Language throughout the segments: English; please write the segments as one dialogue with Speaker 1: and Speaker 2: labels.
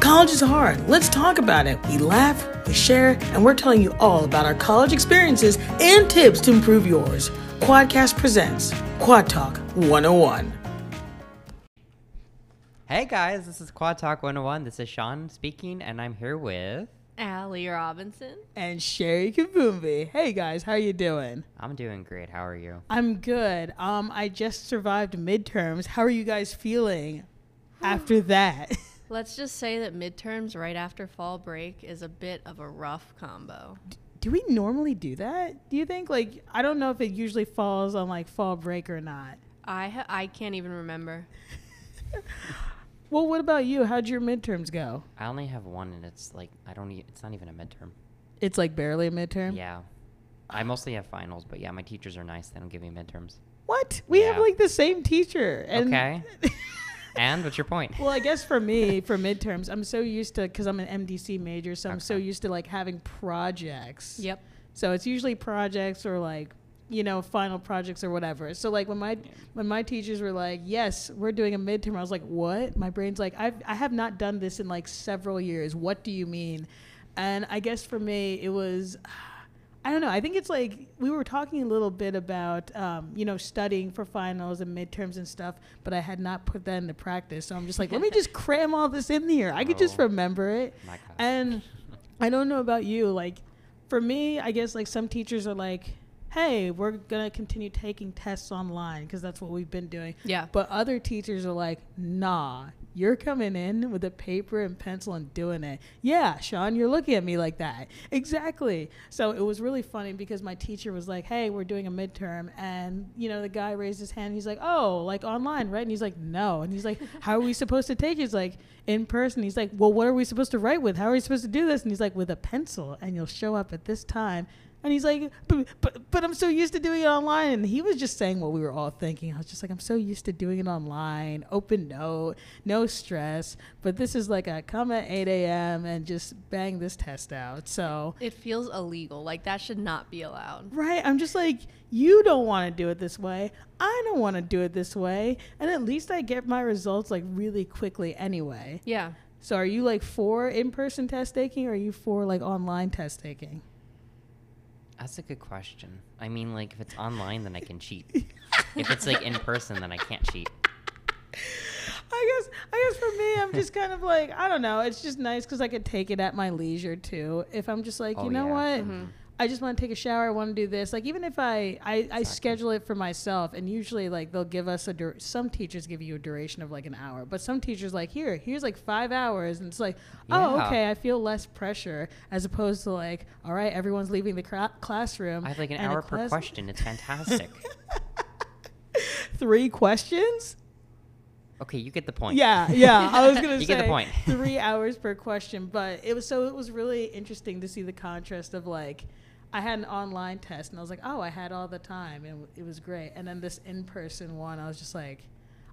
Speaker 1: College is hard. Let's talk about it. We laugh, we share, and we're telling you all about our college experiences and tips to improve yours. Quadcast presents Quad Talk 101.
Speaker 2: Hey guys, this is Quad Talk 101. This is Sean speaking, and I'm here with.
Speaker 3: Allie Robinson.
Speaker 4: and Sherry Kabumbi. Hey guys, how you doing?
Speaker 2: I'm doing great. How are you?
Speaker 4: I'm good. Um, I just survived midterms. How are you guys feeling after that?
Speaker 3: Let's just say that midterms right after fall break is a bit of a rough combo.
Speaker 4: do we normally do that? Do you think? Like, I don't know if it usually falls on like fall break or not.
Speaker 3: I ha- I can't even remember.
Speaker 4: Well, what about you? How'd your midterms go?
Speaker 2: I only have one, and it's like I don't. E- it's not even a midterm.
Speaker 4: It's like barely a midterm.
Speaker 2: Yeah, I mostly have finals, but yeah, my teachers are nice. They don't give me midterms.
Speaker 4: What? We have
Speaker 2: Yeah.
Speaker 4: like the same teacher. And
Speaker 2: Okay. And what's your point?
Speaker 4: Well, I guess for me, for midterms, I'm so used to because I'm an MDC major, so I'm so
Speaker 2: Okay.
Speaker 4: used to like having projects.
Speaker 3: Yep.
Speaker 4: So it's usually projects or like you know final projects or whatever. So like when my when my teachers were like, "Yes, we're doing a midterm," I was like, "What?" My brain's like, "I I have not done this in like several years. What do you mean?" And I guess for me, it was. I don't know. I think it's like we were talking a little bit about, um, you know, studying for finals and midterms and stuff, but I had not put that into practice. So I'm just like, let me just cram all this in here. I could just
Speaker 2: Oh.
Speaker 4: remember it.
Speaker 2: My God.
Speaker 4: And I don't know about you. Like, for me, I guess like some teachers are like, hey, we're going to continue taking tests online because that's what we've been doing.
Speaker 3: Yeah.
Speaker 4: But other teachers are like, nah, you're coming in with a paper and pencil and doing it. Yeah, Sean, you're looking at me like that. Exactly. So it was really funny because my teacher was like, hey, we're doing a midterm. And, you know, the guy raised his hand. He's like, oh, like online, right? And he's like, no. And he's like, how are we supposed to take it? He's like, in person. He's like, well, what are we supposed to write with? How are we supposed to do this? And he's like, with a pencil, and you'll show up at this time. And he's like, but, but, but I'm so used to doing it online. And he was just saying what we were all thinking. I was just like, I'm so used to doing it online, open note, no stress. But this is like a come at 8 a.m. and just bang this test out. So,
Speaker 3: It feels illegal. Like that should not be allowed.
Speaker 4: right. I'm just like, you don't want to do it this way. I don't want to do it this way. And at least I get my results like really quickly anyway.
Speaker 3: Yeah.
Speaker 4: So are you like for in-person test taking or are you for like online test taking?
Speaker 2: That's a good question. I mean, like if it's online, then I can cheat. if it's like in person, then I can't cheat.
Speaker 4: I guess I guess for me I'm just kind of like I don't know, it's just nice cuz I could take it at my leisure too. If I'm just like,
Speaker 2: Oh,
Speaker 4: you know
Speaker 2: yeah.
Speaker 4: what? I just want to take a shower. I want to do this. Like even if I I, I schedule it for myself, and usually like they'll give us a dur- some teachers give you a duration of like an hour, but some teachers like here here's like five hours, and it's like oh
Speaker 2: Yeah.
Speaker 4: okay I feel less pressure as opposed to like all right everyone's leaving the cra- classroom.
Speaker 2: I have like an
Speaker 4: Um, and a
Speaker 2: hour per
Speaker 4: class-
Speaker 2: question. It's fantastic.
Speaker 4: Three questions.
Speaker 2: okay, you get the point.
Speaker 4: Yeah, yeah. I was gonna
Speaker 2: You
Speaker 4: say
Speaker 2: get the point.
Speaker 4: three hours per question, but it was so it was really interesting to see the contrast of like I had an online test and I was like, oh, I had all the time and it was great, and then this in person one, I was just like,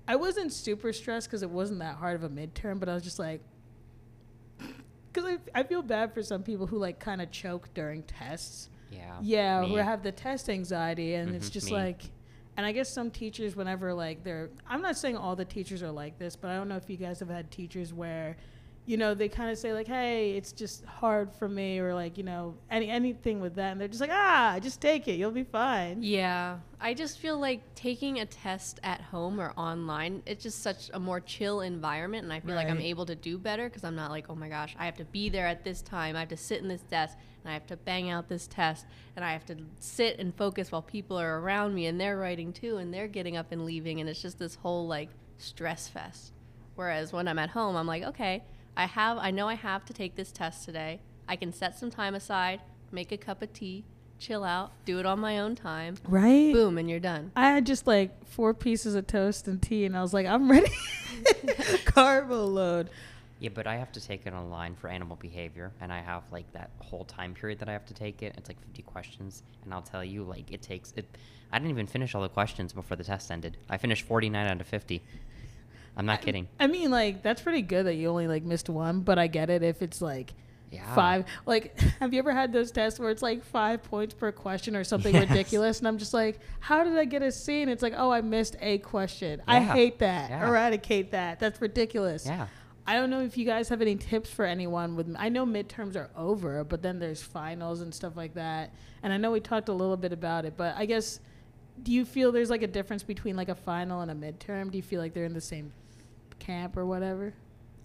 Speaker 4: I wasn't super stressed because it wasn't that hard of a midterm, but I was just like. Because I, I feel bad for some people who like kind of choke during tests.
Speaker 2: Yeah.
Speaker 4: Yeah,
Speaker 2: me.
Speaker 4: who have the test anxiety, and it's
Speaker 2: Mhm,
Speaker 4: just
Speaker 2: me.
Speaker 4: like, and I guess some teachers, whenever like they're, I'm not saying all the teachers are like this, but I don't know if you guys have had teachers where, you know, they kind of say like, hey, it's just hard for me, or like, you know, any anything with that, and they're just like, ah, just take it, you'll be fine.
Speaker 3: Yeah. I just feel like taking a test at home or online, it's just such a more chill environment and I feel like I'm
Speaker 4: Right.
Speaker 3: able to do better cuz I'm not like, "Oh my gosh, I have to be there at this time. I have to sit in this desk and I have to bang out this test and I have to sit and focus while people are around me and they're writing too and they're getting up and leaving and it's just this whole like stress fest." Whereas when I'm at home, I'm like, "Okay, I have I know I have to take this test today. I can set some time aside, make a cup of tea, chill out, do it on my own time."
Speaker 4: Right.
Speaker 3: boom and you're done
Speaker 4: I had just like four pieces of toast and tea, and I was like, I'm ready. Carbo load.
Speaker 2: Yeah, but I have to take it online for animal behavior, and I have like that whole time period that I have to take it. It's like 50 questions, and I'll tell you, like, it takes it. I didn't even finish all the questions before the test ended. I finished 49 out of 50. I'm not kidding.
Speaker 4: I mean, like that's pretty good that you only like missed one, but I get it if it's like
Speaker 2: Yeah.
Speaker 4: five. Like, have you ever had those tests where it's like five points per question or something
Speaker 2: Yes.
Speaker 4: ridiculous, and I'm just like, how did I get a C? And it's like, oh, I missed a question. I
Speaker 2: Yeah.
Speaker 4: hate that.
Speaker 2: Yeah.
Speaker 4: Eradicate that. That's ridiculous.
Speaker 2: Yeah.
Speaker 4: I don't know if you guys have any tips for anyone with. I know midterms are over, but then there's finals and stuff like that. And I know we talked a little bit about it, but I guess do you feel there's like a difference between like a final and a midterm? Do you feel like they're in the same camp or whatever?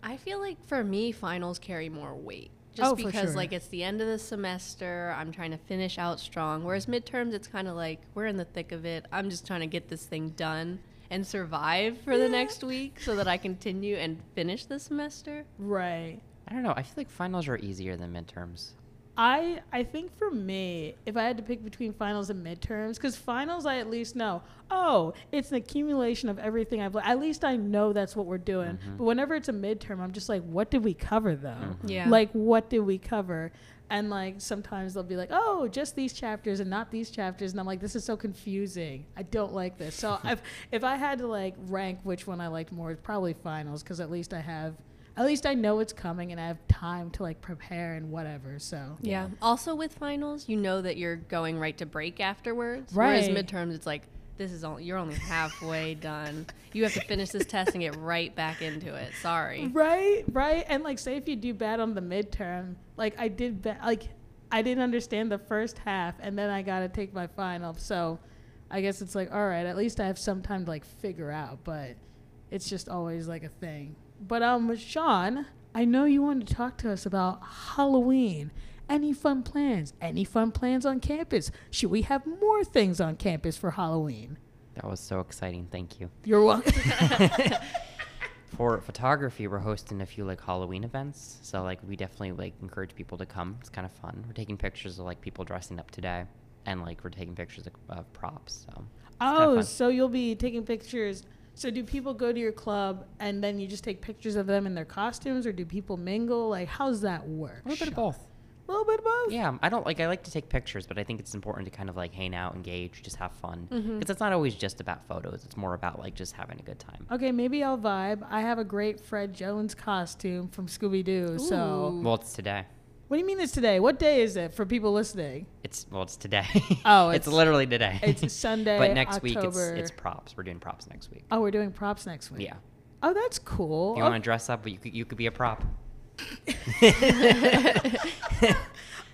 Speaker 3: I feel like for me, finals carry more weight. Just
Speaker 4: Oh, for
Speaker 3: because
Speaker 4: sure.
Speaker 3: like it's the end of the semester, I'm trying to finish out strong. Whereas midterms, it's kind of like we're in the thick of it. I'm just trying to get this thing done and survive for the next week so that I continue and finish the semester.
Speaker 4: Right.
Speaker 2: I don't know. I feel like finals are easier than midterms.
Speaker 4: I I think for me, if I had to pick between finals and midterms, because finals I at least know, oh, it's an accumulation of everything I've. le- At least I know that's what we're doing. But whenever it's a midterm, I'm just like, what did we cover though?
Speaker 3: Yeah.
Speaker 4: Like, what did we cover? And like sometimes they'll be like, oh, just these chapters and not these chapters, and I'm like, this is so confusing. I don't like this. So if if I had to like rank which one I liked more, it's probably finals because at least I have. At least I know it's coming and I have time to like prepare and whatever. So
Speaker 3: Yeah. Also with finals, you know that you're going right to break afterwards. Whereas
Speaker 4: Right.
Speaker 3: midterms, it's like this is only you're only halfway done. You have to finish this test and get right back into it. Sorry.
Speaker 4: Right, right. And like, say if you do bad on the midterm, like I did, ba- like I didn't understand the first half, and then I got to take my final. So, I guess it's like, all right, at least I have some time to like figure out. But it's just always like a thing. But um, Sean, I know you wanted to talk to us about Halloween. Any fun plans? Any fun plans on campus? Should we have more things on campus for Halloween?
Speaker 2: That was so exciting. Thank you.
Speaker 4: You're welcome.
Speaker 2: For photography, we're hosting a few like Halloween events. So like we definitely like encourage people to come. It's kind of fun. We're taking pictures of like people dressing up today, and like we're taking pictures of, of props. So it's kinda
Speaker 4: Oh,
Speaker 2: fun.
Speaker 4: so you'll be taking pictures. So do people go to your club and then you just take pictures of them in their costumes, or do people mingle? Like, how's that work?
Speaker 2: a little bit of
Speaker 4: Sean?
Speaker 2: both.
Speaker 4: A little bit of both.
Speaker 2: Yeah, I don't like. I like to take pictures, but I think it's important to kind of like hang out, engage, just have fun. Because
Speaker 4: Mm-hmm.
Speaker 2: it's not always just about photos. It's more about like just having a good time.
Speaker 4: Okay, maybe I'll vibe. I have a great Fred Jones costume from Scooby Doo. So,
Speaker 3: Ooh.
Speaker 2: Well, it's today.
Speaker 4: what do you mean it's today? What day is it for people listening?
Speaker 2: It's well, it's today.
Speaker 4: Oh,
Speaker 2: it's,
Speaker 4: it's-
Speaker 2: literally today.
Speaker 4: it's Sunday,
Speaker 2: but next week,
Speaker 4: October-
Speaker 2: it's it's props. We're doing props next week.
Speaker 4: Oh, we're doing props next week.
Speaker 2: Yeah,
Speaker 4: Oh, that's cool.
Speaker 2: if you
Speaker 4: Okay.
Speaker 2: want to dress up, but you could, you could be a prop.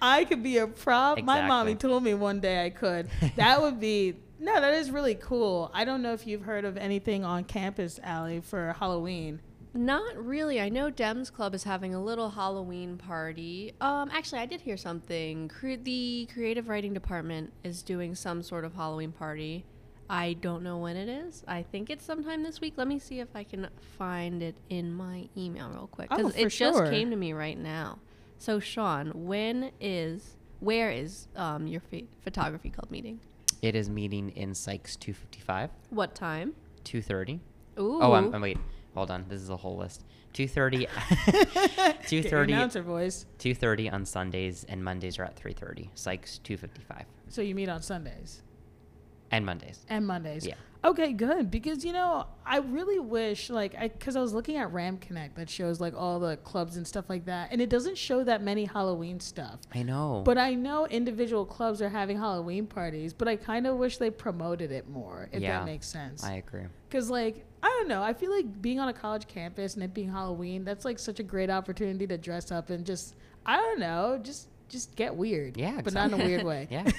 Speaker 4: I could be a prop. My mommy
Speaker 2: Exactly.
Speaker 4: told me one day I could. That would be no, that is really cool. I don't know if you've heard of anything on campus, Allie, for Halloween.
Speaker 3: Not really. I know Dems Club is having a little Halloween party. Um, actually, I did hear something. Cre- the creative writing department is doing some sort of Halloween party. I don't know when it is. I think it's sometime this week. Let me see if I can find it in my email real quick
Speaker 4: Oh,
Speaker 3: because
Speaker 4: for
Speaker 3: it
Speaker 4: sure.
Speaker 3: just came to me right now. So, Sean, when is where is um, your ph- photography club meeting?
Speaker 2: It is meeting in Sykes 255,
Speaker 3: What time?
Speaker 2: 230.
Speaker 3: Ooh,
Speaker 2: Oh, I'm, I'm- wait. Hold on. This is a whole list. 230, 230,
Speaker 4: announcer voice.
Speaker 2: 230 on Sundays and Mondays are at 3:30. Sykes 255
Speaker 4: So you meet on Sundays
Speaker 2: and Mondays.
Speaker 4: and Mondays.
Speaker 2: Yeah.
Speaker 4: Okay, good. Because you know, I really wish like I because I was looking at Ram Connect that shows like all the clubs and stuff like that, and it doesn't show that many Halloween stuff.
Speaker 2: I know.
Speaker 4: But I know individual clubs are having Halloween parties, but I kind of wish they promoted it more, if
Speaker 2: Yeah,
Speaker 4: that makes sense.
Speaker 2: I agree.
Speaker 4: Because, like, I don't know. I feel like being on a college campus and it being Halloween, that's like such a great opportunity to dress up and just, I don't know, just just get weird.
Speaker 2: Yeah,
Speaker 4: But not in a weird way.
Speaker 2: Yeah.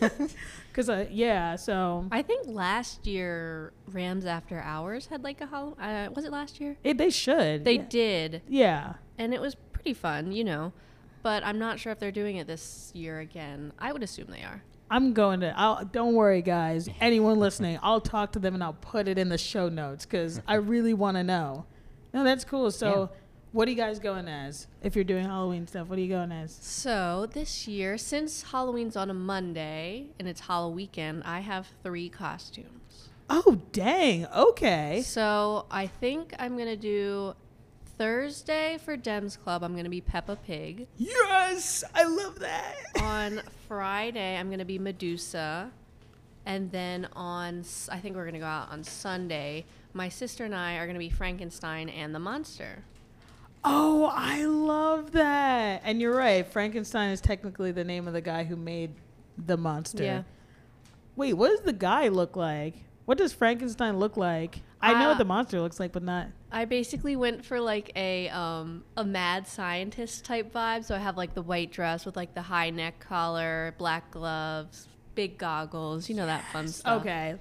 Speaker 4: Because, uh, yeah, so
Speaker 3: I think last year Rams After Hours had like a Halloween. Uh, was it last year?
Speaker 4: it, they should.
Speaker 3: They
Speaker 4: yeah.
Speaker 3: did,
Speaker 4: Yeah.
Speaker 3: and it was pretty fun, you know. But I'm not sure if they're doing it this year again. I would assume they are.
Speaker 4: I'm going to. I'll, don't worry, guys. Anyone listening, I'll talk to them and I'll put it in the show notes because I really want to know. No, that's cool. So, what are you guys going as? If you're doing Halloween stuff, what are you going as?
Speaker 3: So this year, since Halloween's on a Monday and it's Halloween weekend, I have three costumes.
Speaker 4: Oh, dang. Okay.
Speaker 3: So I think I'm gonna do Thursday for Dems Club. I'm gonna be Peppa Pig.
Speaker 4: Yes, I love that.
Speaker 3: on Friday, I'm gonna be Medusa, and then on S- I think we're gonna go out on Sunday. My sister and I are gonna be Frankenstein and the monster.
Speaker 4: Oh, I love that. And you're right. Frankenstein is technically the name of the guy who made the monster. Wait, what does the guy look like? What does Frankenstein look like? I know
Speaker 3: Uh,
Speaker 4: what the monster looks like, but not.
Speaker 3: I basically went for like a um, a mad scientist type vibe. So I have like the white dress with like the high neck collar, black gloves, big goggles. You know that fun stuff.
Speaker 4: Okay.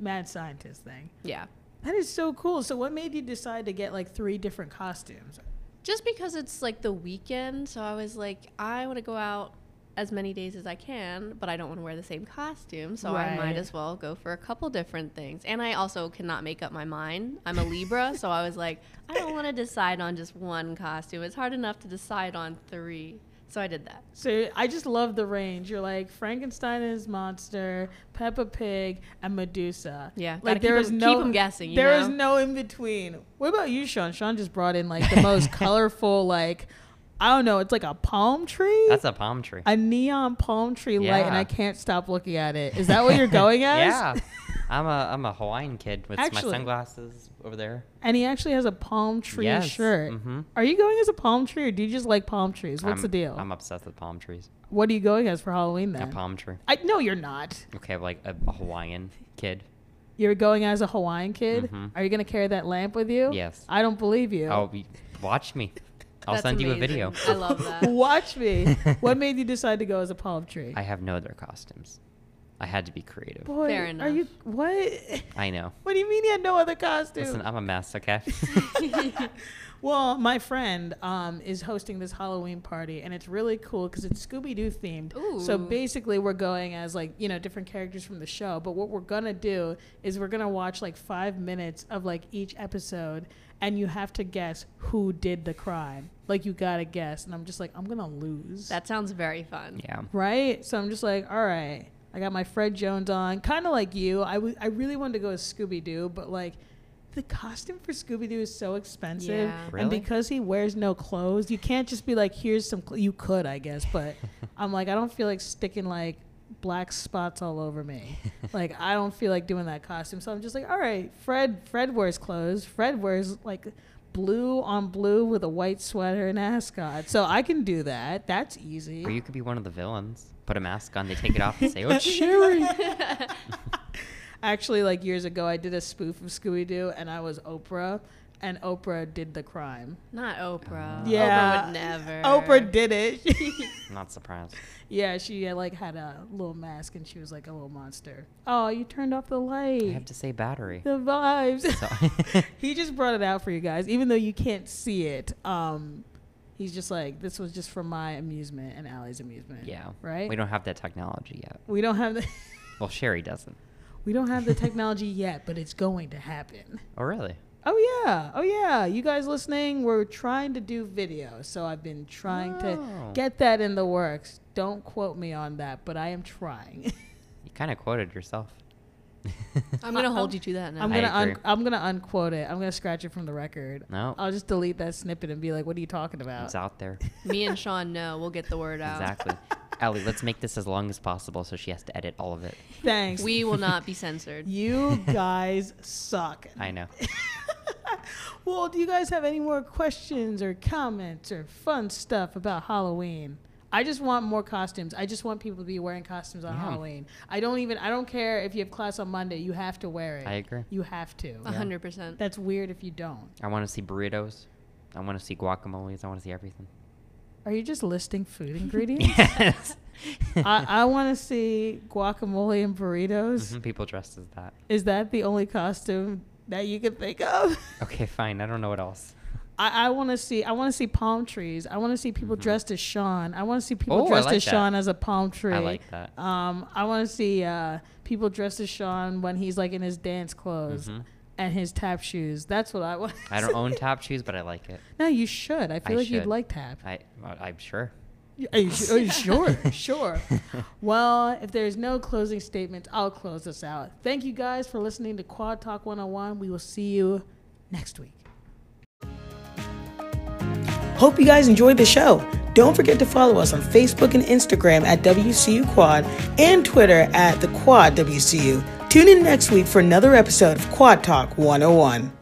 Speaker 4: Mad scientist thing.
Speaker 3: Yeah.
Speaker 4: That is so cool. So, what made you decide to get like three different costumes?
Speaker 3: Just because it's like the weekend, so I was like, I want to go out as many days as I can, but I don't want to wear the same costume, so I
Speaker 4: Right.
Speaker 3: might as well go for a couple different things. And I also cannot make up my mind. I'm a Libra, so I was like, I don't want to decide on just one costume. It's hard enough to decide on three. So I did that.
Speaker 4: So, I just love the range. You're like Frankenstein and his monster, Peppa Pig, and Medusa.
Speaker 3: Yeah, gotta
Speaker 4: like
Speaker 3: keep
Speaker 4: there is
Speaker 3: 'em- keep
Speaker 4: no
Speaker 3: 'em guessing, you
Speaker 4: there is
Speaker 3: know?
Speaker 4: no in between. What about you, Sean? Sean just brought in like the most colorful, like I don't know, it's like a palm tree.
Speaker 2: That's a palm tree.
Speaker 4: a neon palm tree light, and
Speaker 2: Yeah.
Speaker 4: I can't stop looking at it. Is that what you're going as?
Speaker 2: yeah. I'm a I'm a Hawaiian kid with
Speaker 4: Actually-
Speaker 2: my sunglasses over there.
Speaker 4: And he actually has a palm tree
Speaker 2: Yes,
Speaker 4: shirt.
Speaker 2: mhm.
Speaker 4: Are you going as a palm tree, or do you just like palm trees? What's
Speaker 2: I'm-
Speaker 4: the deal?
Speaker 2: I'm obsessed with palm trees.
Speaker 4: what are you going as for Halloween
Speaker 2: A
Speaker 4: then?
Speaker 2: palm tree.
Speaker 4: I no, you're not.
Speaker 2: Okay, like a, a Hawaiian kid.
Speaker 4: You're going as a Hawaiian kid.
Speaker 2: Mhm.
Speaker 4: Are you going to carry that lamp with you?
Speaker 2: Yes.
Speaker 4: I don't believe you.
Speaker 2: Oh, y- watch me. I'll
Speaker 3: That's
Speaker 2: send you a
Speaker 3: amazing.
Speaker 2: video.
Speaker 3: I love that.
Speaker 4: Watch me. what made you decide to go as a palm tree?
Speaker 2: I have no other costumes. I had to be creative.
Speaker 4: Boy,
Speaker 3: Fair
Speaker 4: Are
Speaker 3: enough.
Speaker 4: you what?
Speaker 2: I know.
Speaker 4: What do you mean you had no other costume?
Speaker 2: Listen, I'm a mess, okay?
Speaker 4: Well, my friend um, is hosting this Halloween party, and it's really cool because it's Scooby Doo themed. So
Speaker 3: Ooh.
Speaker 4: basically, we're going as like you know different characters from the show. But what we're gonna do is we're gonna watch like five minutes of like each episode, and you have to guess who did the crime. Like you gotta guess, and I'm just like I'm gonna lose.
Speaker 3: that sounds very fun.
Speaker 2: yeah.
Speaker 4: right. So I'm just like, all right. I got my Fred Jones on, kind of like you. I w- I really wanted to go as Scooby Doo, but like. The costume for Scooby Doo is so expensive,
Speaker 3: Yeah.
Speaker 4: and
Speaker 2: Really?
Speaker 4: because he wears no clothes, you can't just be like, "Here's some." Cl-. You could, I guess, but I'm like, I don't feel like sticking like black spots all over me. like I don't feel like doing that costume, so I'm just like, all right, Fred. Fred wears clothes. Fred wears like blue on blue with a white sweater and ascot, so I can do that. That's easy.
Speaker 2: Or you could be one of the villains. Put a mask on, they take it off and say, oh, shit.
Speaker 4: Sherry. Actually, like years ago, I did a spoof of Scooby Doo, and I was Oprah, and Oprah did the crime.
Speaker 3: Not Oprah.
Speaker 4: Yeah.
Speaker 3: Oprah would never.
Speaker 4: Oprah did it.
Speaker 2: Not surprised.
Speaker 4: Yeah, she uh, like had a little mask and she was like a little monster. Oh, you turned off the light.
Speaker 2: I have to say battery.
Speaker 4: the vibes.
Speaker 2: So-
Speaker 4: he just brought it out for you guys, even though you can't see it. Um, he's just like this was just for my amusement and Allie's amusement.
Speaker 2: yeah.
Speaker 4: right.
Speaker 2: We don't have that technology yet.
Speaker 4: We don't have the
Speaker 2: Well, Sherry doesn't.
Speaker 4: we don't have the technology yet, but it's going to happen.
Speaker 2: Oh, really?
Speaker 4: Oh yeah, oh yeah. You guys listening? We're trying to do video, so I've been trying to
Speaker 2: Oh.
Speaker 4: get that in the works. Don't quote me on that, but I am trying.
Speaker 2: You kind of quoted yourself.
Speaker 3: I'm gonna hold
Speaker 4: I'm-
Speaker 3: you to that now.
Speaker 4: I'm
Speaker 2: I
Speaker 4: gonna
Speaker 2: agree.
Speaker 4: un- I'm gonna unquote it. I'm gonna scratch it from the record.
Speaker 2: No.
Speaker 4: I'll just delete that snippet and be like, "What are you talking about?"
Speaker 2: It's out there.
Speaker 3: Me and Sean know. We'll get the word out.
Speaker 2: Exactly. Ellie, let's make this as long as possible so she has to edit all of it.
Speaker 4: Thanks.
Speaker 3: We will not be censored.
Speaker 4: you guys suck.
Speaker 2: I know.
Speaker 4: Well, do you guys have any more questions or comments or fun stuff about Halloween? I just want more costumes. I just want people to be wearing costumes on
Speaker 2: Yeah.
Speaker 4: Halloween. I don't even. I don't care if you have class on Monday. You have to wear it.
Speaker 2: I agree. Oh.
Speaker 4: You have to.
Speaker 3: A hundred percent.
Speaker 4: That's weird if you don't.
Speaker 2: I want to see burritos. I want to see guacamoles. I want to see everything.
Speaker 4: Are you just listing food ingredients?
Speaker 2: Yes.
Speaker 4: I, I want to see guacamole and burritos.
Speaker 2: Mhm, People dressed as that.
Speaker 4: Is that the only costume that you can think of?
Speaker 2: Okay, fine. I don't know what else.
Speaker 4: I, I want to see. I want to see palm trees. I want to see people dressed as Sean. I want to see people
Speaker 2: Mm-hmm. Oh, I
Speaker 4: dressed
Speaker 2: like
Speaker 4: as
Speaker 2: that.
Speaker 4: Sean as a palm tree.
Speaker 2: I like that.
Speaker 4: Um, I want to see uh, people dressed as Sean when he's like in his dance clothes
Speaker 2: Mhm.
Speaker 4: and his tap shoes. That's what I want.
Speaker 2: I don't own tap shoes, but I like it.
Speaker 4: No, you should. I feel like you'd
Speaker 2: should.
Speaker 4: like tap.
Speaker 2: I, well, I'm sure.
Speaker 4: Are you su- are you sure, sure. Well, if there's no closing statements, I'll close this out. Thank you guys for listening to Quad Talk 101. We will see you next week.
Speaker 1: Hope you guys enjoyed the show. Don't forget to follow us on Facebook and Instagram at WCU Quad and Twitter at the Quad WCU. Tune in next week for another episode of Quad Talk 101.